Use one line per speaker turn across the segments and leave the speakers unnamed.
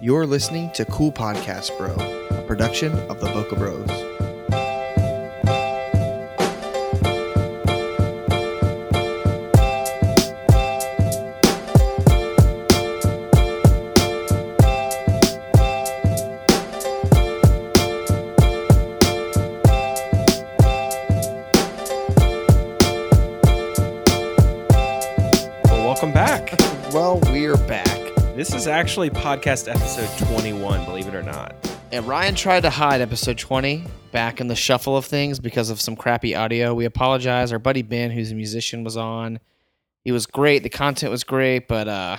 You're listening to Cool Podcast Bro, a production of the Book of Bros.
Well, welcome back.
Well, we're back.
this is actually podcast episode 21, believe it or not.
And Ryan tried to hide episode 20 back in the shuffle of things because of some crappy audio. We apologize. Our buddy Ben, who's a musician, was on. He was great. The content was great, but uh,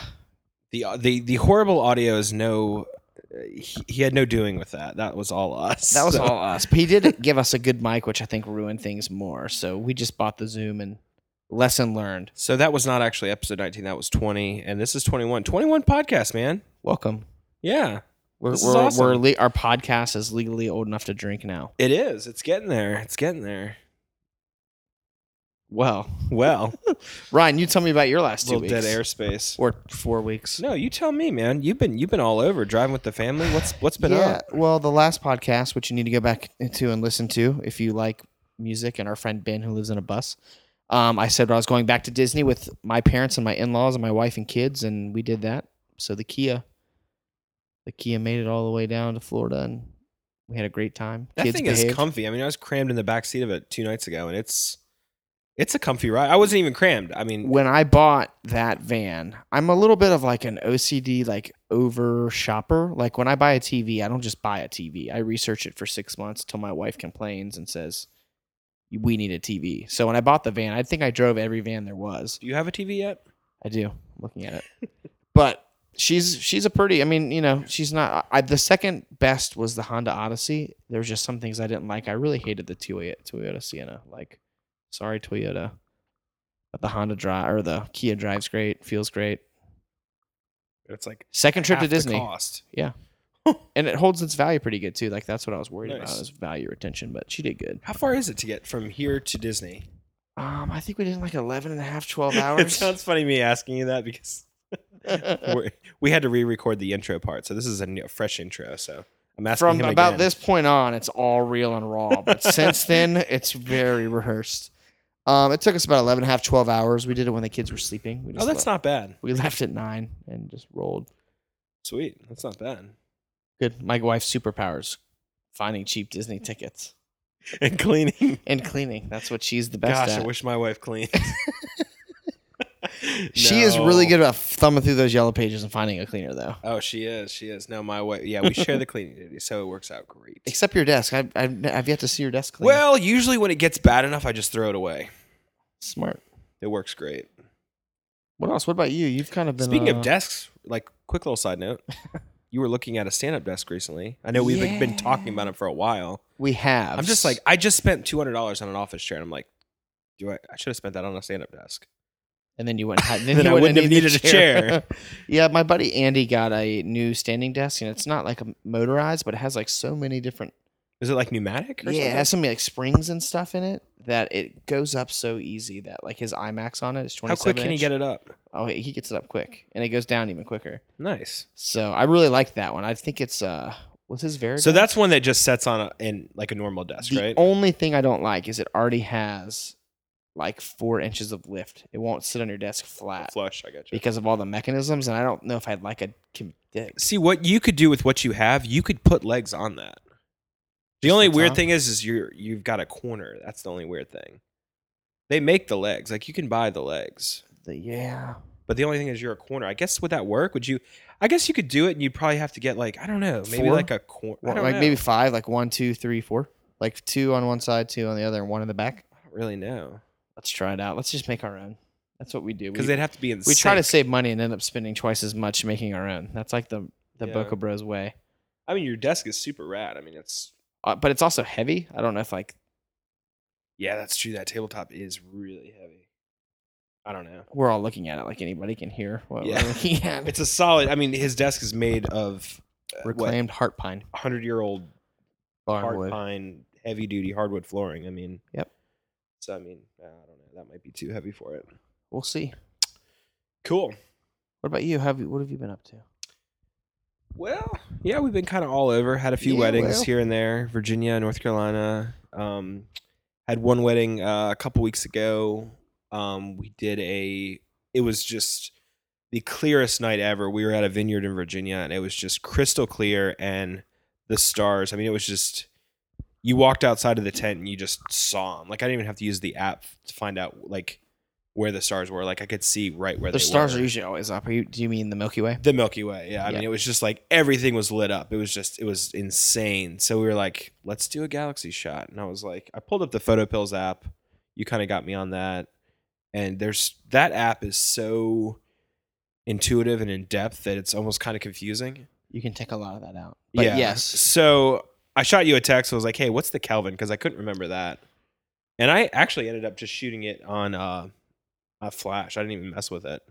The the the horrible audio is no uh, he, he had no doing with that. That was all us.
that was
So-
all us. But he did give us a good mic, which I think ruined things more. So we just bought the Zoom and lesson learned.
So that was not actually episode 19, that was 20 and this is 21. 21 podcast, man.
Welcome.
Yeah.
We're,
This is
we're,
awesome.
we're le- our podcast is legally old enough to drink now.
It is. It's getting there. It's getting there.
Well,
Well,
Ryan, you tell me about your last two
little
weeks
dead airspace.
or four weeks.
No, you tell me, man. You've been you've been all over driving with the family. What's what's been
yeah,
up?
well, the last podcast, which you need to go back to and listen to if you like music, and our friend Ben who lives in a bus. Um, I said I was going back to Disney with my parents and my in-laws and my wife and kids, and we did that. So the Kia, the Kia made it all the way down to Florida, and we had a great time.
That
kids
thing is
behaved.
comfy. I mean, I was crammed in the back seat of it two nights ago, and it's it's a comfy ride. I wasn't even crammed. I mean,
when I bought that van, I'm a little bit of like an OCD, like over shopper. Like when I buy a TV, I don't just buy a TV. I research it for six months till my wife complains and says, "We need a TV." So when I bought the van, I think I drove every van there was.
do you have a TV yet?
I do I'm looking at it, but she's she's a pretty. I mean, you know, she's not. I, the second best was the Honda Odyssey. There was just some things I didn't like. I really hated the Toyota Toyota Sienna. Like, sorry Toyota, but the Honda drive or the Kia drives great, feels great.
It's like
Second trip
half
to
the
Disney,
cost.
and it holds its value pretty good too. Like that's what I was worried about
Nice.
is value retention, but she did good.
How far is it to get from here to Disney?
Um, I think we did like 11 and a half, 12 hours. Uh.
funny me asking you that because we're- we had to re-record the intro part, so this is a new, fresh intro. So I'm asking
from
him
about
again.
this point on, it's all real and raw. But since then, it's very rehearsed. Um, it took us about 11 and a half, 12 hours. We did it when the kids were sleeping. We
Oh, that's
le-
not bad.
We left at nine and just rolled.
Sweet, that's not bad.
Good. My wife's superpowers finding cheap Disney tickets
And cleaning.
and cleaning. That's what she's the best
Gosh, I
at.
wish my wife cleaned.
She is really
No.
good at thumbing through those yellow pages and finding a cleaner, though.
Oh, she is. She is. No, my wife. Yeah, we share the cleaning duty, so it works out great.
Except your desk. I, I, I've yet to see your desk clean.
Well, usually when it gets bad enough, I just throw it away.
smart.
It works great.
What else? What about you? You've kind of been
Speaking
uh,
of desks, like quick little side note, you were looking at a stand-up desk recently. I know we've like, been talking about it for a while.
we have.
I'm just like, I just spent two hundred dollars on an office chair, and I'm like, do I? I should have spent that on a stand-up desk.
And then you wouldn't have. Then,
Then
you
I
wouldn't
wouldn't have
need
needed a chair.
yeah, my buddy Andy got a new standing desk, and it's not like a motorized, but it has like so many different.
Is it like pneumatic? Or
Yeah, it has
something?
so many like springs and stuff in it that it goes up so easy that like his IMAX on it is
How
twenty.
quick can he get it up?
Oh, he gets it up quick, and it goes down even quicker.
Nice.
So I really like that one. I think it's uh, what's his Veradigm?
So that's one that just sets on a, in like a normal desk,
the
right?
only thing I don't like is it already has like four inches of lift. It won't sit on your desk flat
Flush. I got you.
because of all the mechanisms, and I don't know if I'd like a. com- dick.
See what you could do with what you have. You could put legs on that. The
Just
only
the
weird
top?
thing is, is you're you've got a corner. That's the only weird thing. They make the legs. Like you can buy the legs,
The- yeah.
but the only thing is you're a corner. I guess would that work? Would you? I guess you could do it, and you'd probably have to get like I don't know, maybe
Four?
like a corner.
Well, like maybe five, like one, two, three, four. Like two on one side, two on the other, and one in the back.
I don't really know
Let's try it out. Let's just make our own. That's what we do.
because
We,
they'd have to be in.
we try to
sync.
save money and end up spending twice as much making our own. That's like the the
Yeah.
Boca Bros way.
I mean, your desk is super rad. I mean, it's
Uh, but it's also heavy. I don't know if like
yeah, that's true. That tabletop is really heavy. I don't know.
we're all looking at it like anybody can hear what
Yeah.
we're looking at.
It's a solid. I mean, his desk is made of uh, what
reclaimed heart pine
hundred year old hard
barnwood.
pine, heavy duty hardwood flooring. I mean,
Yep.
So I mean, I don't know. That might be too heavy for it.
We'll see.
Cool.
What about you? Have you, what have you been up to?
Well, yeah, we've been kind of all over. Had a few
Yeah,
weddings
well.
here and there, Virginia, North Carolina. Um, had one wedding uh, a couple weeks ago. Um, we did a. It was just the clearest night ever. We were at a vineyard in Virginia, and it was just crystal clear and the stars. I mean, it was just. You walked outside of the tent and you just saw them. Like I didn't even have to use the app to find out like where the stars were. Like I could see right where
The
they
stars
were.
are usually always up. Are you, do you mean the Milky Way?
The Milky Way. Yeah. I
Yeah.
mean, it was just like everything was lit up. It was just, it was insane. So we were like, let's do a galaxy shot. And I was like, I pulled up the Photo Pills app. You kind of got me on that. And there's that app is so intuitive and in depth that it's almost kind of confusing.
You can take a lot of that out. But yes.
So I shot you a text. I was like, hey, what's the Kelvin? Because I couldn't remember that. And I actually ended up just shooting it on uh, a flash. I didn't even mess with it.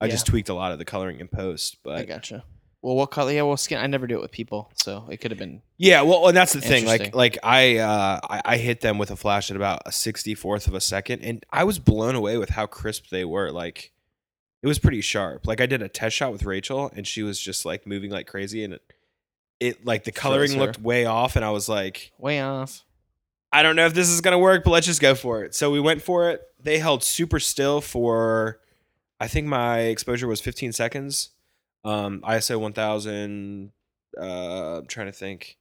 I
Yeah.
just tweaked a lot of the coloring in post, but
I gotcha. Well, what color? Yeah, well, skin. I never do it with people, so it could have been.
Yeah, well, and that's the thing. Like,
Interesting.
like I, uh, I, I hit them with a flash at about a sixty fourth of a second, and I was blown away with how crisp they were. Like, it was pretty sharp. Like, I did a test shot with Rachel, and she was just like moving like crazy, and it, it like the
Froze
coloring
her.
looked way off, and I was like,
Way off.
I don't know if this is gonna work, but let's just go for it. So we went for it. They held super still for, I think my exposure was 15 seconds. Um, ISO 1000. Uh, I'm trying to think.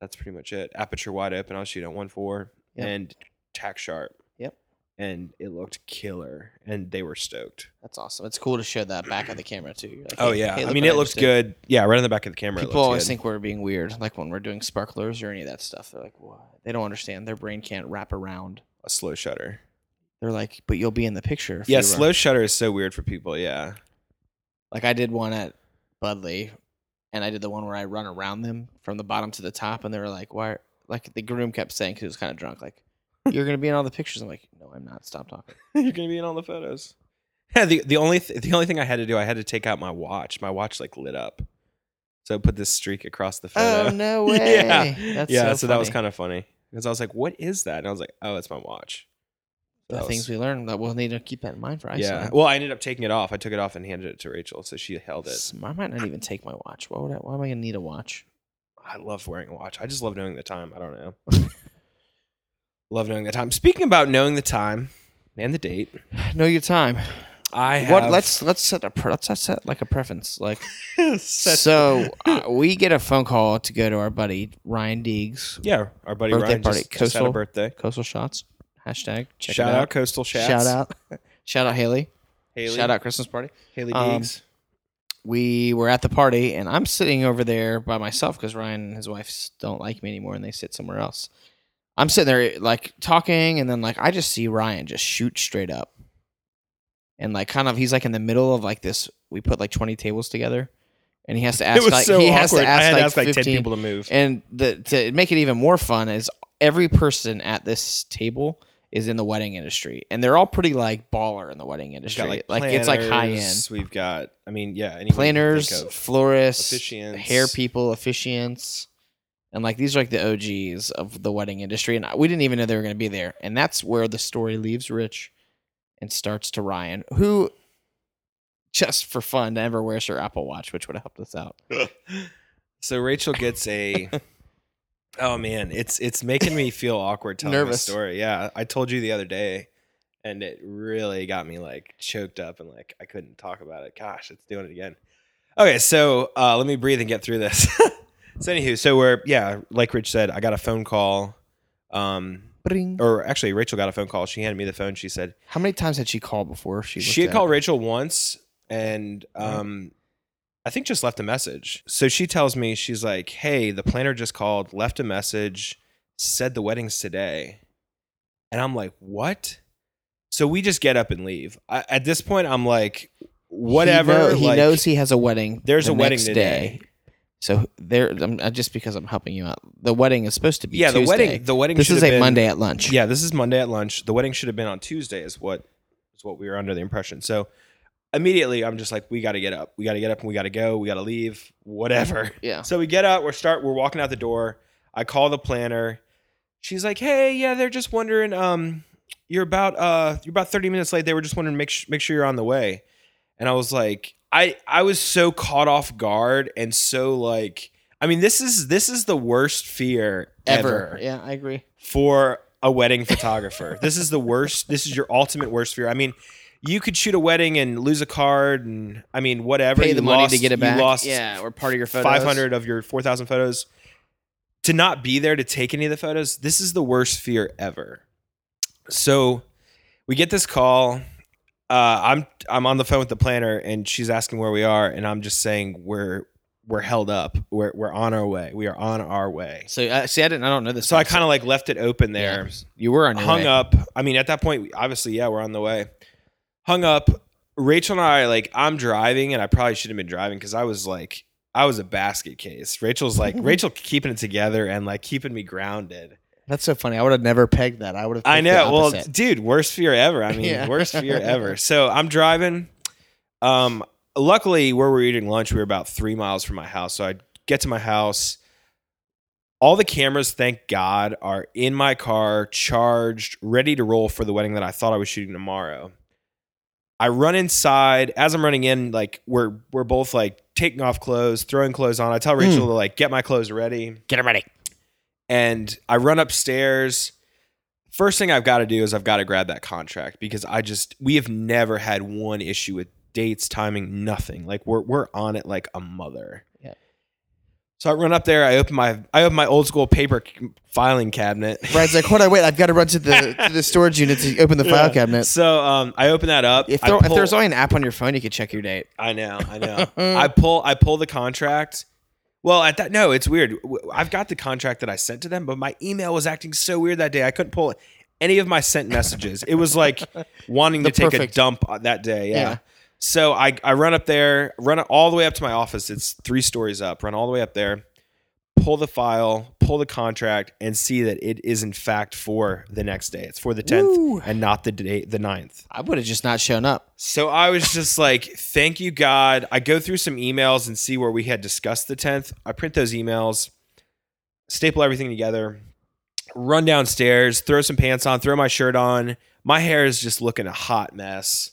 That's pretty much it. Aperture wide open. I was shooting at one four
Yep.
and tack sharp.
Yep.
And it looked killer, and they were stoked.
That's awesome. It's cool to show that back of the camera too. You're like,
Oh
hey-
yeah,
hey,
I
look
mean
what
it looks
just did.
good. Yeah, right on the back of the camera.
People always
good.
think we're being weird, like when we're doing sparklers or any of that stuff. They're like, "What?" They don't understand. Their brain can't wrap around.
a slow shutter.
They're like, "But you'll be in the picture." if
Yeah,
you run."
slow shutter is so weird for people. Yeah.
Like I did one at Budley, and I did the one where I run around them from the bottom to the top, and they were like, "Why?" are-" Like the groom kept saying, 'cause he was kind of drunk, like, "You're gonna be in all the pictures." I'm like, "No, I'm not. Stop talking."
You're gonna be in all the photos. Yeah, the the only th- the only thing I had to do, I had to take out my watch. My watch like lit up, so I put this streak across the photo.
Oh no way!
yeah,
That's
yeah. So,
So,
that was
funny.
kind of funny because I was like, "What is that?" And I was like, "Oh, it's my watch."
the
That was-
things we learned that we'll need to keep that in mind for
yeah.
Iceland.
Well, I ended up taking it off. I took it off and handed it to Rachel, so she held it.
S- I might not even take my watch. Why would I? Why am I gonna need a watch?
I love wearing a watch. I just love knowing the time. I don't know. love knowing the time. Speaking about knowing the time and the date,
Know your time.
I have
What? Let's let's set a pre- let's set like a preference. Like
set-
so, uh, we get a phone call to go to our buddy Ryan Deegs
yeah, our buddy
Birthday
Ryan
party,
just, just had a
Coastal.
birthday.
Coastal Shots hashtag. Check
Shout
it
out,
out.
Coastal Shats.
Shout out. Shout out Haley.
Haley.
Shout out Christmas party.
Haley
Um,
Deegs.
We were at the party, and I'm sitting over there by myself because Ryan and his wife s- don't like me anymore, and they sit somewhere else. I'm sitting there like talking, and then like I just see Ryan just shoot straight up, and like kind of he's like in the middle of like this. We put like 20 tables together, and he has to ask like he has to ask
I had
like,
to ask like 10
15
people to move.
And the, to make it even more fun is every person at this table is in the wedding industry, and they're all pretty like baller in the wedding
We've
industry.
got
like,
like,
it's like high end
planners, We've got, I mean, yeah, anyone you can
planners,
think of.
florists,
officiants.
hair people, officiants, and like these are like the OGs of the wedding industry. And I- we didn't even know they were going to be there. And that's where the story leaves Rich and starts to Ryan, who just for fun never wears her Apple Watch, which would have helped us out.
so Rachel gets a. oh man, it's it's making me feel awkward telling
Nervous.
this story. Yeah, I told you the other day, and it really got me like choked up and like I couldn't talk about it. Gosh, it's doing it again. Okay, so uh, let me breathe and get through this. so anywho, so we're yeah, like Rich said, I got a phone call. Um,
Bring.
or actually, Rachel got a phone call. She handed me the phone. She said,
How many times had she called before she?
she had
looked at it?
called Rachel once and
Right.
um I think just left a message. So she tells me she's like, "Hey, the planner just called, left a message, said the wedding's today." And I'm like, "What?" So we just get up and leave. I, at this point, I'm like, "Whatever."
He, know- he
like,
knows he has a wedding.
there's
the
a wedding
next
today.
day. So there, I'm, I- just because I'm helping you out, the wedding is supposed to be.
Yeah, the
Tuesday.
wedding. The wedding.
This
should
is
have
a
been-
Monday at lunch.
Yeah, this is Monday at lunch. The wedding should have been on Tuesday, is what is what we were under the impression. So immediately, I'm just like, we got to get up. We got to get up and we got to go. We got to leave. Whatever.
Yeah.
So we get up. We're start. We're walking out the door. I call the planner. She's like, hey, yeah, they're just wondering. Um, you're about uh, you're about 30 minutes late. They were just wondering make sh- make sure you're on the way. And I was like, I I was so caught off guard and so like I mean this is this is the worst fear ever,
Yeah, I agree.
for a wedding photographer. this is the worst. This is your ultimate worst fear. I mean, you could shoot a wedding and lose a card and I mean whatever.
Pay
you
the money
lost-
to get it back.
You lost
yeah, or part of your photos.
five hundred of your four thousand photos. To not be there to take any of the photos, this is the worst fear ever. So we get this call. Uh, I'm I'm on the phone with the planner and she's asking where we are, and I'm just saying we're we're held up. We're we're on our way. We are on our way.
So uh, see, I didn't. I don't know this.
So I kind of like left it open
Yeah.
there
you were on your
hung
way.
up. I mean, at that point, obviously, yeah, we're on the way. Hung up. Rachel and I, like, I'm driving, and I probably should have been driving because I was like, I was a basket case. Rachel's like, Rachel keeping it together and like keeping me grounded.
That's so funny. I would have never pegged that. I would have.
I
picked the
know. Well,
opposite.
dude, worst fear ever. I mean,
Yeah.
worst fear ever. So I'm driving. Um, luckily, where we were eating lunch, we were about three miles from my house. So I get to my house. All the cameras, thank God, are in my car, charged, ready to roll for the wedding that I thought I was shooting tomorrow. I run inside. As I'm running in, like we're we're both like taking off clothes, throwing clothes on. I tell Rachel to like get my clothes ready
Hmm. get him ready.
and I run upstairs. First thing I've got to do is I've got to grab that contract because I just we have never had one issue with dates, timing, nothing. Like we're we're on it like a mother.
Yeah.
So I run up there. I open my I open my old school paper c- filing cabinet.
Brad's like, hold on, wait. I've got to run to the to the storage unit to open the file
Yeah.
cabinet.
So um, I open that up.
If,
I
there, if
pull-
there's only an app on your phone, you could check your date.
I know, I know. I pull, I pull the contract. Well, at that, no, it's weird. W- I've got the contract that I sent to them, but my email was acting so weird that day. I couldn't pull any of my sent messages. It was like wanting
The
to take
perfect-
a dump on that day. Yeah.
Yeah.
So I, I run up there, run all the way up to my office. It's three stories up. Run all the way up there, pull the file, pull the contract, and see that it is in fact for the next day. It's for the tenth
Woo.
and not the day, the 9th.
I would have just not shown up.
So I was just like, thank you, God. I go through some emails and see where we had discussed the 10th. I print those emails, staple everything together, run downstairs, throw some pants on, throw my shirt on. My hair is just looking a hot mess.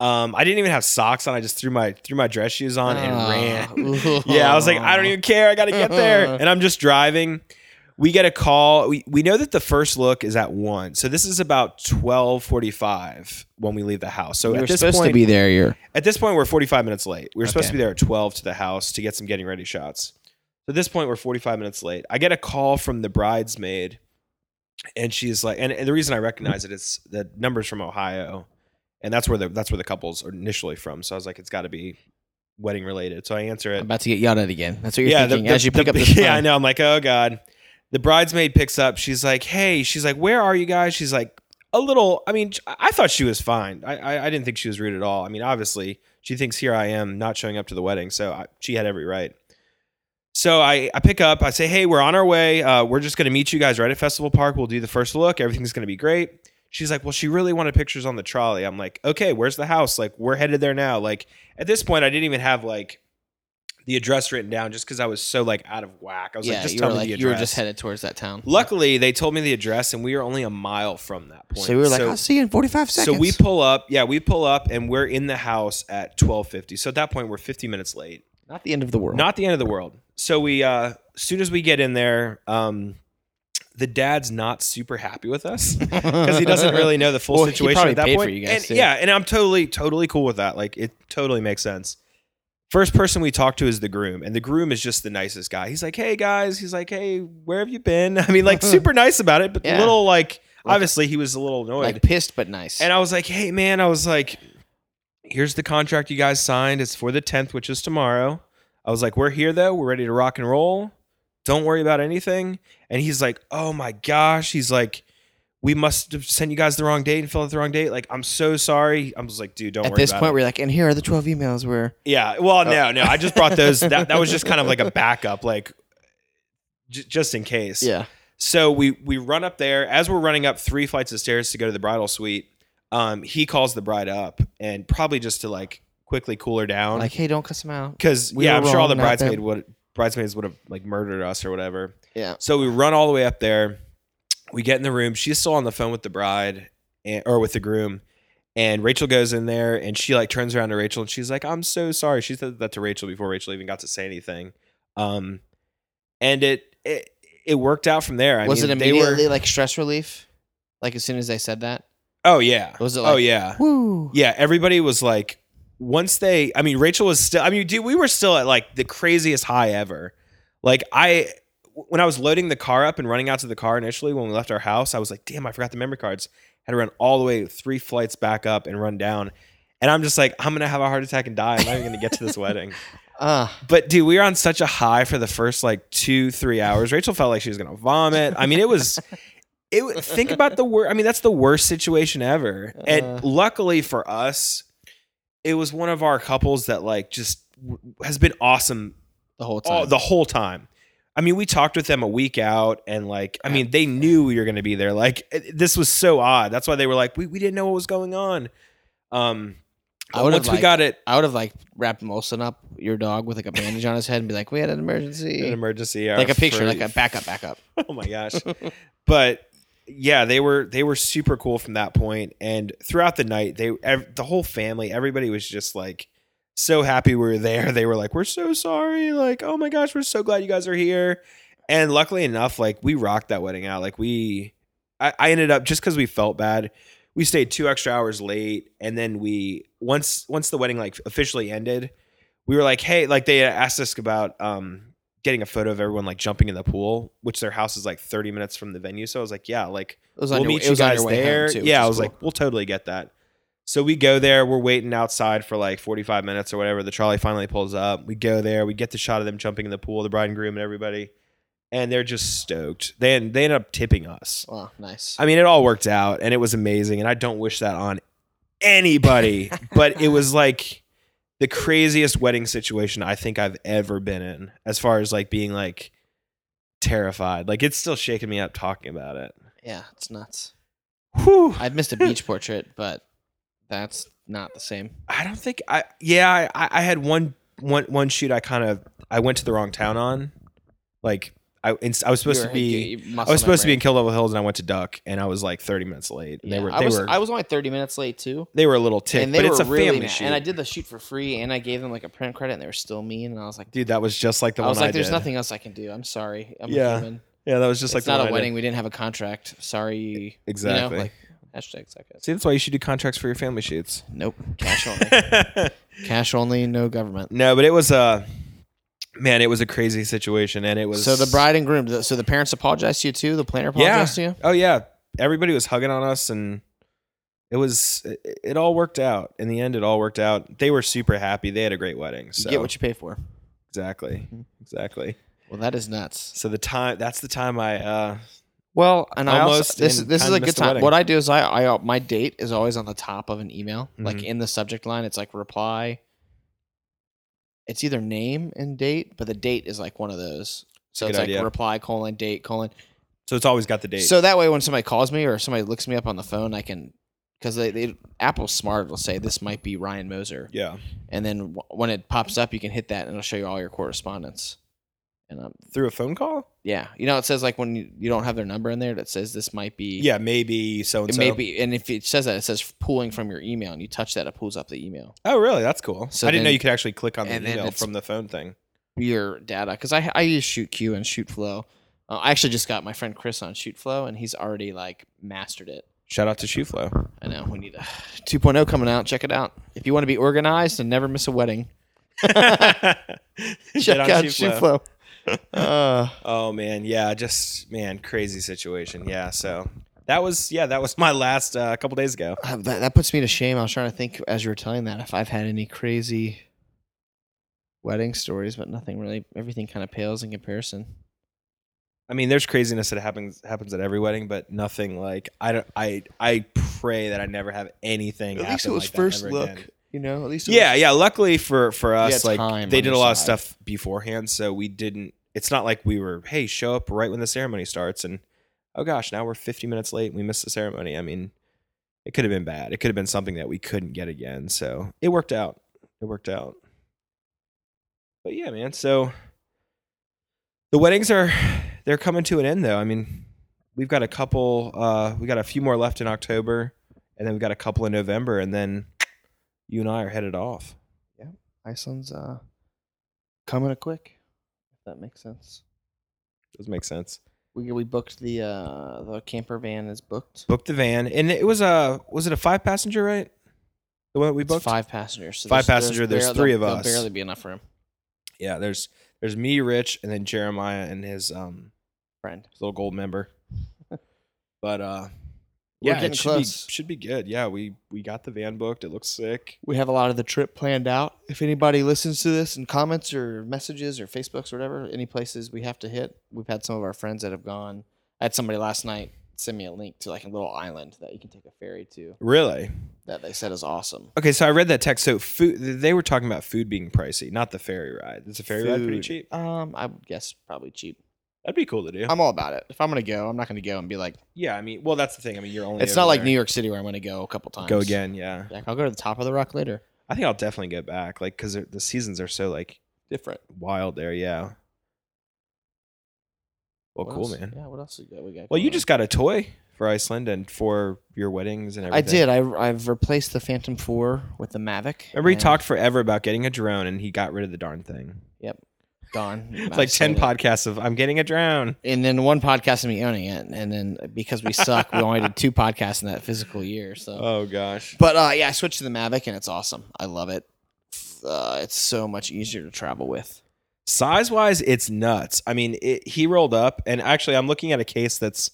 Um, I didn't even have socks on. I just threw my threw my dress shoes on and
Ah.
ran. Yeah, I was like, I don't even care. I got to get there. And I'm just driving. We get a call. We, we know that the first look is at one. So this is about 1245 when we leave the house. So
You were
at this
supposed
point,
to be there. You're
at this point, we're 45 minutes late. We were supposed to
Okay.
be there at 12 to the house to get some getting ready shots. So at this point, we're 45 minutes late. I get a call from the bridesmaid, and she's like, and, and the reason I recognize it is the number's from Ohio, and that's where the that's where the couples are initially from. So I was like, it's got to be wedding related. So I answer it.
about to get yelled at again. That's what you're
yeah, the-
thinking
the-
as you
the-
pick up this
yeah, I
phone.
know. I'm like, oh god. The bridesmaid picks up. She's like, hey. She's like, where are you guys? She's like, a little. I mean, I I thought she was fine. I, I I didn't think she was rude at all. I mean, obviously, she thinks here I am not showing up to the wedding, so I, she had every right. So I, I pick up, I say, hey, we're on our way. Uh, we're just going to meet you guys right at Festival Park. We'll do the first look. Everything's going to be great. She's like, well, she really wanted pictures on the trolley. I'm like, okay, where's the house? Like, we're headed there now. Like, at this point, I didn't even have like the address written down just because I was so like out of whack. I was
yeah,
like, just
you
tell
were
me
like
the address.
you were just headed towards that town.
Luckily, they told me the address and we were only a mile from that point.
so we were like, I'll see you in 45 seconds.
So we pull up, yeah, we pull up and we're in the house at 12:50. So at that point we're 50 minutes late.
not the end of the world.
Not the end of the world. So we uh as soon as we get in there, um the dad's not super happy with us because he doesn't really know the full
Well, he
situation
probably
at that
paid
point.
for you guys,
and,
too.
yeah, and I'm totally totally cool with that. Like it totally makes sense. First person we talk to is the groom, and the groom is just the nicest guy. He's like, "Hey guys," he's like, "Hey, where have you been?" I mean, like super nice about it, but a
Yeah.
little like
Like-
obviously he was a little annoyed.
like pissed but nice.
And I was like, hey, man, I was like, here's the contract you guys signed. It's for the 10th, which is tomorrow. I was like, we're here though. We're ready to rock and roll. Don't worry about anything. And he's like, oh my gosh. He's like, we must have sent you guys the wrong date and filled out the wrong date. Like, I'm so sorry. I'm just like, dude, don't
At
worry
this
about
point, Oh.
it.
we're like, and here are the 12 emails where
Yeah. Well, no, no. I just brought those. That, that was just kind of like a backup, like j- just in case.
yeah.
So we we run up there. As we're running up three flights of stairs to go to the bridal suite, um, he calls the bride up and probably just to like quickly cool her down.
Like, hey, don't cuss them out.
Because
we
yeah,
were
I'm sure all the
wrong, not them.
bridesmaid would bridesmaids would have like murdered us or whatever.
Yeah.
So we run all the way up there. We get in the room. She's still on the phone with the bride and, or with the groom. And Rachel goes in there and she like turns around to Rachel and she's like, I'm so sorry. She said that to Rachel before Rachel even got to say anything. Um, and it, it, it worked out from there. I
was
mean,
it
they were-
immediately like stress relief? Like as soon as they said that,
oh yeah.
was it
oh
like
yeah.
woo?
Yeah. Everybody was like, once they, I mean, Rachel was still, I mean, dude, we were still at like the craziest high ever. Like I, when I was loading the car up and running out to the car initially, when we left our house, I was like, damn, I forgot the memory cards. Had to run all the way three flights back up and run down. And I'm just like, I'm going to have a heart attack and die. I'm not even going to get to this wedding.
Uh,
But dude, we were on such a high for the first like two, three hours. Rachel felt like she was gonna vomit. I mean, it was. It wa- think about the worst. I mean, that's the worst situation ever.
Uh.
and luckily for us, it was one of our couples that like just w- has been awesome
the whole time.
all, Oh, the whole time. I mean, we talked with them a week out, and like, I mean, they knew we were going to be there. Like, it- this was so odd. That's why they were like, we, we didn't know what was going on. Um,
I
but
would've
once we
liked-
got it,
I would have like wrapped Molson up your dog with like a bandage on his head and be like, "We had an emergency."
an emergency, our
like a picture,
fir-
like a backup, backup.
oh my gosh but yeah they were they were super cool from that point and throughout the night they ev- the whole family everybody was just like so happy we were there they were like we're so sorry like oh my gosh we're so glad you guys are here and luckily enough like we rocked that wedding out like we i, I ended up just because we felt bad we stayed two extra hours late and then we once once the wedding like officially ended we were like hey like they asked us about um getting a photo of everyone like jumping in the pool, which their house is like 30 minutes from the venue. So I was like, yeah, like
It was on
we'll
your,
meet
it
you
was on
guys
your way home,
there.
too, which
yeah, I
is
was
cool.
like, we'll totally get that. So we go there, we're waiting outside for like 45 minutes or whatever. The trolley finally pulls up. We go there, we get the shot of them jumping in the pool, the bride and groom and everybody. And they're just stoked. They they end up tipping us.
Wow, Oh, nice.
I mean, it all worked out and it was amazing. And I don't wish that on anybody, but it was like the craziest wedding situation I think I've ever been in, as far as like being like terrified. Like it's still shaking me up talking about it.
yeah, it's nuts.
Whew.
I've missed a beach portrait, but that's not the same.
I don't think I, yeah, I, I had one, one, one shoot I kind of, I went to the wrong town on. Like I, I was supposed
You
to
were-
be.
you-
I
muscle
was supposed to be
memory.
in Kill Level Hills, and I went to Duck, and I was like 30 minutes late. And
Yeah,
they were,
I
they
was,
were,
I was only thirty minutes late too,
they were a little ticked,
and they
but
were
it's a
really
family
mad.
shoot.
And I did the shoot for free, and I gave them like a print credit, and they were still mean. And I was like,
Dude, that was just like the
I
one
was like, there's
did.
nothing else I can do. I'm sorry. I'm
Yeah,
a human.
Yeah, that was just
It's
like the
not
one
a
I did. E,
wedding. We didn't have a contract. Sorry. You
Exactly.
know, like hashtag suck it.
See, that's why you should do contracts for your family shoots.
Nope. Cash only. Cash only. No government.
no, but it was a man. It was a crazy situation, and it was
So the bride and groom. So the parents apologized to you too. The planner
Yeah.
apologized to you.
Oh yeah, everybody was hugging on us, and it was it, it all worked out. In the end, it all worked out. They were super happy. They had a great wedding.
You
So
get what you Mm-hmm. pay for.
exactly, exactly.
Well, that is nuts.
So the time that's the time I uh
Well, and I
Almost,
also this
and
this is
kinda
a good
missed the
time.
wedding.
What I do is I, I uh, my date is always on the top of an email, like
Mhm.
in the subject line. It's like reply. It's either name and date, but the date is like one of those. So
good
it's like
idea.
reply colon date colon.
so it's always got the date.
So that way, when somebody calls me or somebody looks me up on the phone, I can because they, they Apple's smart. It'll say this might be Ryan Moser,
yeah,
and then w- when it pops up, you can hit that and it'll show you all your correspondence. And um,
through a phone call.
yeah, you know it says like when you, you don't have their number in there, that says this might be
Yeah, maybe so and
it
so.
may be, and if it says that, it says pulling from your email, and you touch that, it pulls up the email,
Oh, really? That's cool.
So
I didn't know
then-
you could actually click on the
and then
email
it's-
from the phone thing.
your data. Because I I use ShootQ and ShootFlow. Uh, I actually just got my friend Chris on ShootFlow, and he's already like mastered it.
Shout out to ShoeFlow.
I know we need a 2.0 coming out. Check it out if you want to be organized and never miss a wedding. Check out ShootFlow. uh,
Oh man, yeah, just man, crazy situation. Yeah, so that was yeah, that was my last uh, couple days ago.
I- that, that puts me to shame. I was trying to think as you were telling that if I've had any crazy wedding stories, but nothing really. Everything kind of pales in comparison.
I mean, there's craziness that happens happens at every wedding, but nothing like I don't I I pray that I never have anything.
At least
happen
it was
like that
first
ever
look.
again.
You know, at least it
Yeah, yeah. Luckily for for us,
time
like they
on
did
your
a lot of
side.
stuff beforehand, so we didn't. It's not like we were hey show up right when the ceremony starts and oh gosh now we're 50 minutes late and we missed the ceremony. I mean, it could have been bad. It could have been something that we couldn't get again. So it worked out. It worked out. But yeah, man. So the weddings are they're coming to an end though. I mean, we've got a couple. uh We got a few more left in October, and then we got a couple in November, and then you and I are headed off.
Iceland's uh, coming a quick, if that makes sense.
Does make sense.
We we booked the uh, the camper van is booked.
Booked the van, and it was a was it a five passenger right? The one that we
It's
booked.
five passengers. So
Five passenger, there's
barely-
three of
there'll
us.
Barely be enough room,
Yeah, there's there's me, Rich, and then Jeremiah and his um
friend.
his little gold member. But uh,
We're
yeah,
getting
it should
close.
be should be good. Yeah, we we got the van booked. It looks sick.
We have a lot of the trip planned out. If anybody listens to this and comments or messages or Facebooks or whatever, any places we have to hit, we've had some of our friends that have gone. I had somebody last night send me a link to like a little island that you can take a ferry to
Really?
that they said is awesome.
Okay, so I read that text. So food, they were talking about food being pricey, not the ferry ride. Is the ferry ride pretty
Food.
cheap?
Um, I would guess probably cheap.
That'd be cool to do.
I'm all about it. If I'm gonna go, I'm not gonna go and be like.
yeah, I mean, well, that's the thing. I mean, you're only
It's
over
not like
there.
New York City where I'm gonna go a couple times.
Go again, yeah.
Like, I'll go to the top of the rock later.
I think I'll definitely get back, like, because the seasons are so like
Different.
wild there. Yeah. Well,
What
cool,
else?
man.
Yeah. What else we got? We got.
Well, you
going on?
just got a toy for Iceland and for your weddings and
I
everything.
did. I I've replaced the Phantom Four with the Mavic.
Remember, he
and
talked forever about getting a drone, and he got rid of the darn thing.
gone.
It's like ten
podcasts.
podcasts of "I'm getting a drone."
and then one podcast of me owning it, and then because we suck, we only did two podcasts in that physical year. So,
Oh gosh.
but uh, yeah, I switched to the Mavic, and it's awesome. I love it. Uh, it's so much easier to travel with.
size wise it's nuts i mean it, he rolled up and actually i'm looking at a case that's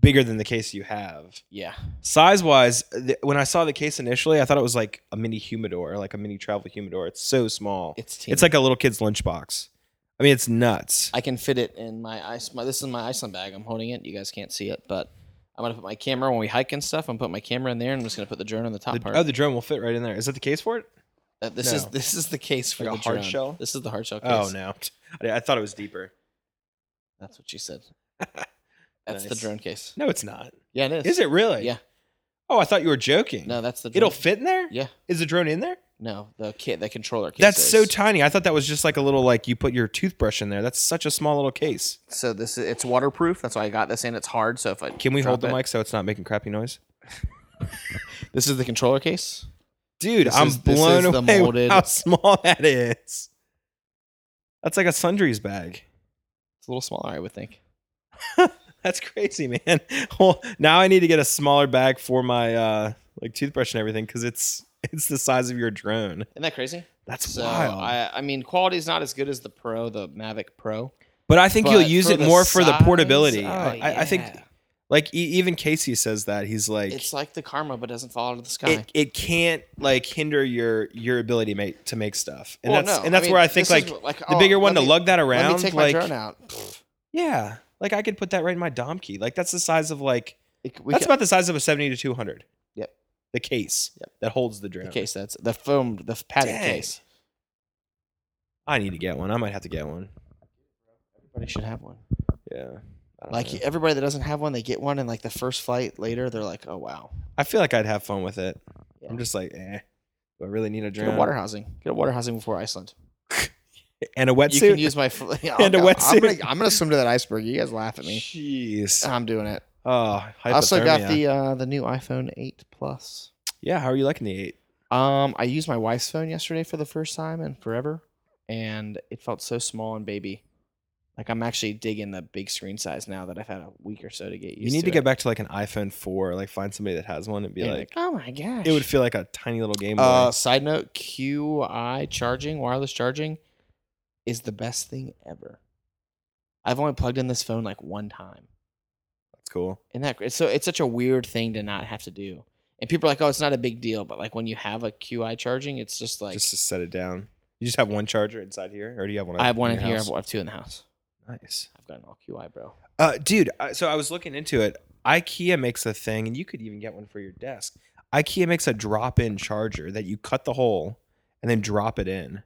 bigger than the case you have
Yeah,
size wise th- when i saw the case initially i thought it was like a mini humidor like a mini travel humidor it's so small
it's teeny.
it's like a little kid's lunchbox i mean it's nuts
I can fit it in my ice. My, this is my Iceland bag. I'm holding it. You guys can't see it, but I'm gonna put my camera when we hike and stuff. I'm putting my camera in there, and I'm just gonna put the drone on the top
the,
part.
oh the drone will fit right in there is that the case for it
Uh, this is
no.
this is the case for
Like a
the
hard
drone.
shell?
This is the hard shell case.
oh no I, I thought it was deeper
That's what she said. That's the
Nice.
drone case.
no it's not
Yeah, it is.
is it really
Yeah.
oh i thought you were joking
No, that's the. Drone.
it'll fit in there
Yeah.
is the drone in there
No, the kit, the controller case.
That's
is.
so tiny. I thought that was just like a little like you put your toothbrush in there. That's such a small little case.
so this is it's waterproof. That's why I got this, and it's hard. So if I
Can we
drop
hold the
it-
mic so it's not making crappy noise?
This is the controller case.
Dude,
This
I'm
is- this
blown
is the
away with
molded-
how small that is. That's like a sundries bag.
It's a little smaller, I would think.
That's crazy, man. Well, now I need to get a smaller bag for my uh like toothbrush and everything because it's it's the size of your drone.
Isn't that crazy?
That's
So
wild.
I, I mean, quality is not as good as the Pro, the Mavic Pro.
but I think you'll
but
use
for
it
the
more for the
size-
portability.
oh,
I, I, I think
yeah.
like e- even Casey says that he's like
it's like the Karma, but doesn't fall out of the sky.
it, it can't like hinder your your ability to make, to make stuff and
Well,
that's
no,
and that's
mean,
where i think
this
like
is
the
oh,
bigger one
let
to
me-
lug that around
Let me take
like
my drone out. Pfft.
yeah like i could put that right in my dom key like that's the size of like
It- we
that's
ca-
about the size of a 70 to 200
Yep.
the case
Yep.
that holds the
the
drone
case. That's the foam, the padded
Dang.
case.
i need to get one i might have to get one
Everybody should have one.
yeah I don't
Like
know.
everybody that doesn't have one, they get one, and like the first flight later, they're like, "Oh wow,
i feel like i'd have fun with it
Yeah.
i'm just like eh do i really need a
get a
drone
water housing, get a water housing before Iceland.
and a
You can
wetsuit
use my fl- yeah,
And a
I'm- I'm
wetsuit.
gonna, I'm gonna swim to that iceberg. You guys laugh at me.
jeez
I'm doing it.
oh
I also got
hypothermia.
the uh, the new iPhone 8 Plus.
yeah how are you liking the eight
Um, I used my wife's phone yesterday for the first time in forever, and it felt so small and baby. Like I'm actually digging the big screen size now that I've had a week or so to get used.
You need to,
it.
get back to like an iPhone 4, like find somebody that has one and be
And you're
like,
oh my gosh,
it would feel like a tiny little Game Boy.
Uh, side note: QI charging, wireless charging, is the best thing ever. I've only plugged in this phone like one time,
That's cool.
and that great? So it's such a weird thing to not have to do. And people are like, "Oh, it's not a big deal," but like when you have a QI charging, it's just like
just to set it down. You just have one charger inside here, or do you have one?
I have one in
your
here. I
house?
have, I have two in the house.
Nice,
I've got an all QI, bro.
uh, dude. I, so I was looking into it. IKEA makes a thing, and you could even get one for your desk. IKEA makes a drop-in charger that you cut the hole and then drop it in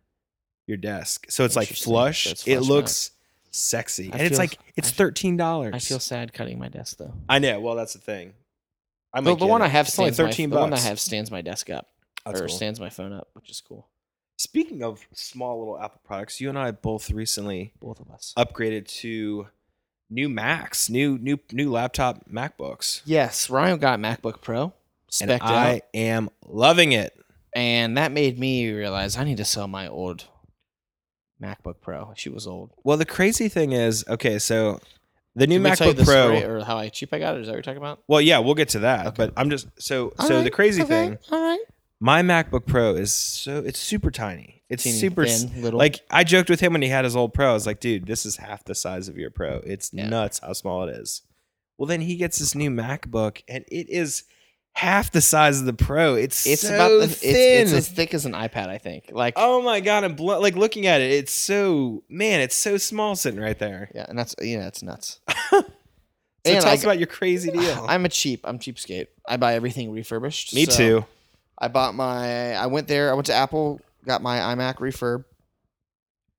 your desk. So it's like
Interesting.
flush.
So it's
it
flush mount.
looks sexy,
I
and it's
feel-
like it's
I f-
thirteen dollars.
I feel sad cutting my desk though.
I know. Well, that's the thing. I
The,
might
the
get
one
it.
I have
It's only
stands
thirteen
my, the one I
bucks.
have stands my desk up
That's
or
cool.
stands my phone up, which is cool.
Speaking of small little Apple products, you and I both recently
Both of
Uh,
us.
upgraded to new Macs, new new new laptop MacBooks.
Yes, Ryan got MacBook Pro.
and
Specked
I
out.
am loving it.
And that made me realize I need to sell my old MacBook Pro. She was old.
Well, the crazy thing is, okay, so the new
Did we tell you
MacBook
the
Pro.
story or how I cheap I got it? Is that what you're talking about?
Well, yeah, we'll get to that,
Okay.
but I'm just so
All
so.
right,
The crazy
okay,
thing,
All right.
my MacBook Pro is so it's super tiny. It's
Teeny
super s-
thin, little.
Like I joked with him when he had his old pro. I was like, dude, this is half the size of your pro. It's
Yeah.
nuts how small it is. Well, then he gets this new MacBook, and it is half the size of the pro. It's
it's
so
about the, it's,
thin.
it's as thick as an iPad, I think. Like
oh my god! I'm blo- like looking at it. It's so man. It's so small sitting right there.
yeah, and that's yeah, it's nuts.
So
And
tell
I
us
g-
about your crazy deal.
I'm a cheap. I'm cheapskate. I buy everything refurbished.
Oh. Me
so
too.
I bought my. I went there. I went to Apple. Got my iMac refurb,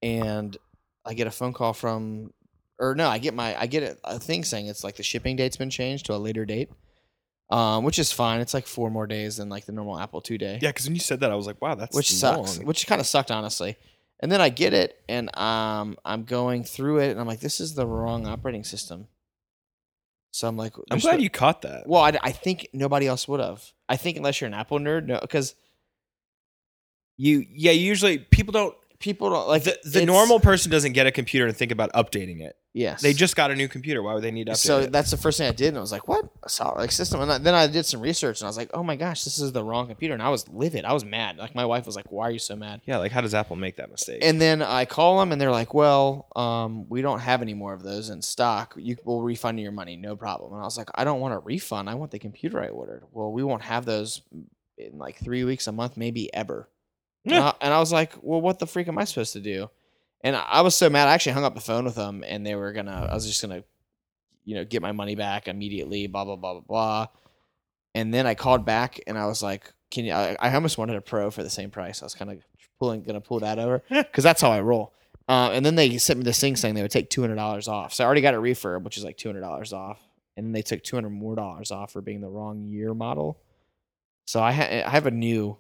and I get a phone call from, or no, I get my. I get a, a thing saying it's like the shipping date's been changed to a later date, um, which is fine. It's like four more days than like the normal Apple two day.
Yeah, because when you said that, I was like, wow, that's
which sucks,
long.
which kind of sucked honestly. And then I get it, and um, I'm going through it, and I'm like, this is the wrong operating system. So I'm like,
I'm
there's
glad
no-
you caught that.
Well, I, I think nobody else would have. I think unless you're an Apple nerd, no, because
You yeah. Usually people don't
people don't like
the, the
it's-
normal person doesn't get a computer and think about updating it.
Yes,
They just got a new computer. Why would they need to update
So
it?
that's the first thing I did, and I was like, "What a solid like, system!" And I- then I did some research, and I was like, "Oh my gosh, this is the wrong computer!" And I was livid. I was mad. Like my wife was like, "Why are you so mad?"
yeah, like how does Apple make that mistake?
And then I call them, and they're like, "Well, um, we don't have any more of those in stock. You will refund you your money, no problem." And I was like, "I don't want a refund. I want the computer I ordered." Well, we won't have those in like three weeks, a month, maybe ever. And,
Yeah.
I, and I was like, "Well, what the freak am I supposed to do?" And I- I was so mad. I actually hung up the phone with them, and they were gonna. I was just gonna, you know, get my money back immediately. Blah blah blah blah blah. And then I called back, and I was like, "Can you?" I, I almost wanted a pro for the same price. I was kind of pulling, gonna pull that over because that's how I roll. Uh, and then they sent me this thing saying they would take two hundred dollars off. So I already got a refurb, which is like two hundred dollars off, and then they took two hundred more dollars off for being the wrong year model. So I, ha- I have a new.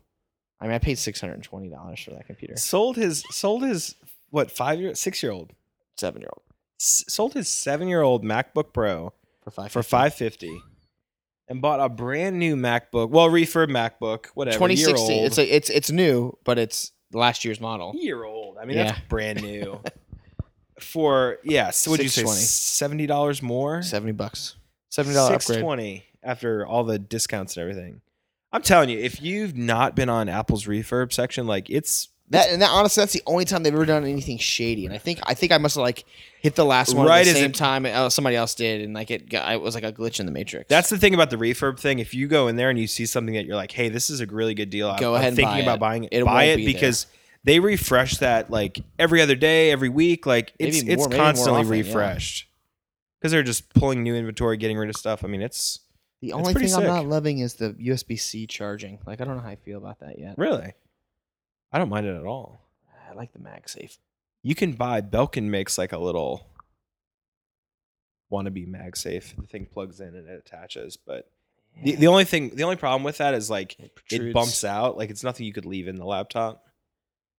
I mean, I paid six hundred and twenty dollars for that computer.
sold his sold his what five year six year old
Seven year old
S- sold his seven year old MacBook Pro
for five
for five fifty, and bought a brand new MacBook. Well, refurb MacBook, whatever.
twenty
year
sixteen.
old.
It's a, it's it's new, but it's last year's model.
year old. I mean, that's
Yeah.
brand new. for yeah, so would you say
620.
seventy dollars more?
Seventy bucks. Seventy dollar upgrade.
twenty after all the discounts and everything. I'm telling you, if you've not been on Apple's refurb section, like it's
That and that honestly, that's the only time they've ever done anything shady. And I think I think I must have like hit the last one
Right
at the
as
same
it-
time uh, somebody else did, and like it got, it was like a glitch in the matrix.
that's the thing about the refurb thing. If you go in there and you see something that you're like, hey, this is a really good deal. I'm,
Go
I'm
ahead and
thinking
buy
about
it.
buying it.
It
buy
won't
it
be there.
because they refresh that like every other day, every week. Like it's
Maybe more-
it's
maybe more
constantly
often, yeah.
refreshed. Because they're just pulling new inventory, getting rid of stuff. I mean, it's
the
that's
only
pretty
thing I'm
sick.
not loving is the USB C charging. Like I don't know how I feel about that yet.
really I don't mind it at all.
I like the MagSafe.
You can buy Belkin makes like a little wannabe MagSafe. The thing plugs in and it attaches, but the, the only thing, the only problem with that is like
it,
it bumps out. Like it's nothing you could leave in the laptop.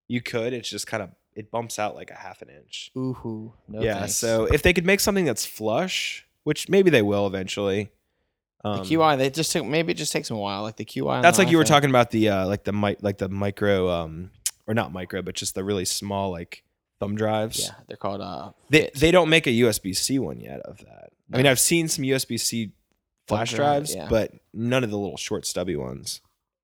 You could. It's just kind of it bumps out like a half an inch.
Ooh, hoo, no
yeah.
thanks.
So if they could make something that's flush, which maybe they will eventually.
the
Um,
QI, they just took maybe it just takes them a while. Like the QI. on
That's
the
like you were
iPhone.
talking about the uh, like the mic like the micro um or not micro but just the really small like thumb drives.
Yeah, they're called uh
They
Fit.
they don't make a USB C one yet of that. I mean,
No.
I've seen some USB C flash
Oh. drive,
drives,
yeah.
but none of the little short stubby ones.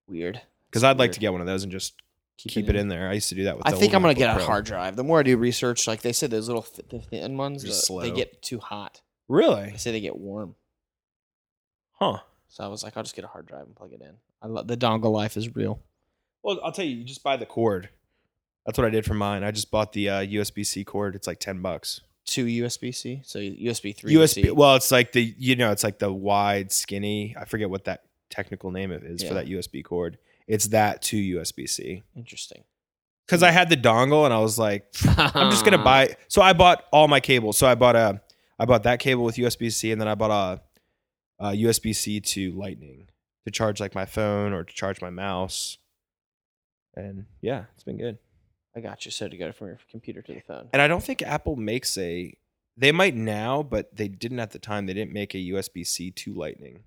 weird.
Because I'd like to get one of those and just keep, it, in there. I used to do that with.
I
the
think
old
I'm gonna
MacBook
get a
Pro.
hard drive. The more I do research, like they said, those little th- the thin ones,
They're
uh,
slow.
they get too hot. They
Really?
say they get warm.
Huh.
So I was like, I'll just get a hard drive and plug it in. I love the dongle life is real.
Well, I'll tell you. You just buy the cord. That's what I did for mine. I just bought the uh, USB C cord. It's like ten bucks.
Two USB C, so USB three.
USB. Well, it's like the you know, it's like the wide, skinny. I forget what that technical name of is for
Yeah.
that USB cord. It's that to USB C.
interesting. Hmm.
Because I had the dongle and I was like, I'm just
Um.
gonna buy. So I bought all my cables. So I bought a, I bought that cable with USB C, and then I bought a, a USB C to Lightning to charge like my phone or to charge my mouse. And yeah, it's been good.
I got you. So to go from your computer to the phone.
And I don't think Apple makes a. They might now, but they didn't at the time. They didn't make a USB C to Lightning,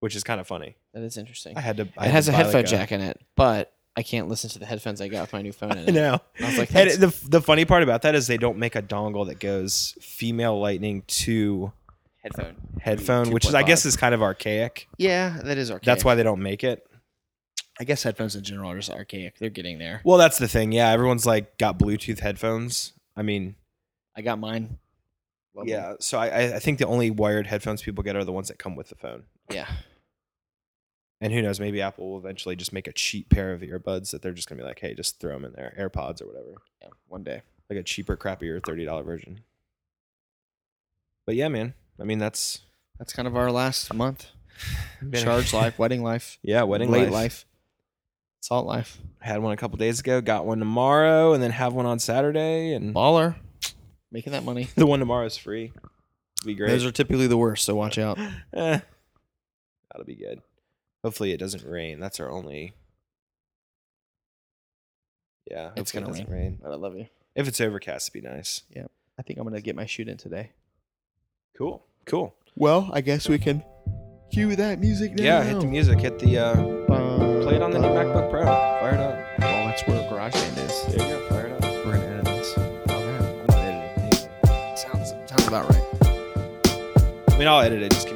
which is kind of funny.
That is interesting.
I had to. I
it
had
has
to
a
buy, like,
headphone jack in it, but I can't listen to the headphones I got with my new phone in
I
it.
know.
I was like,
And
"That's-
the the funny part about that is they don't make a dongle that goes female lightning to
Headphone.
headphone, which is I
2.5.
guess is kind of archaic.
Yeah, that is archaic.
That's why they don't make it.
I guess headphones in general are just archaic. They're getting there.
Well, that's the thing. Yeah, everyone's like got Bluetooth headphones. I mean,
I got mine. Love 'em.
yeah. So I I- I think the only wired headphones people get are the ones that come with the phone.
Yeah.
And who knows? Maybe Apple will eventually just make a cheap pair of earbuds that they're just gonna be like, hey, just throw them in there, AirPods or whatever.
yeah. One day.
like a cheaper, crappier thirty dollar version. But yeah, man. I mean, that's
That's kind of our last month.
been a-
Charge life, wedding life,
Yeah, wedding
late
life.
salt life,
Had one a couple days ago. Got one tomorrow, and then have one on Saturday. And
baller, making that money.
the one tomorrow is free. Be great.
Those are typically the worst, so watch out.
Eh, that'll be good. Hopefully, it doesn't rain. That's our only. Yeah, hopefully
It's
it
gonna
doesn't rain.
But I love you.
If it's overcast, it'd be nice.
I think I'm gonna get my shoot in today.
Cool. Cool.
Well, I guess we can cue that music now.
Yeah, hit the music. Hit the uh, play it on the new MacBook Pro. Fire it up.
Well, that's where GarageBand is.
There you go. Fire it up. We're gonna edit this.
Oh,
I'm not editing anything.
man. Sounds sounds about right.
I mean, I'll edit it. Just keep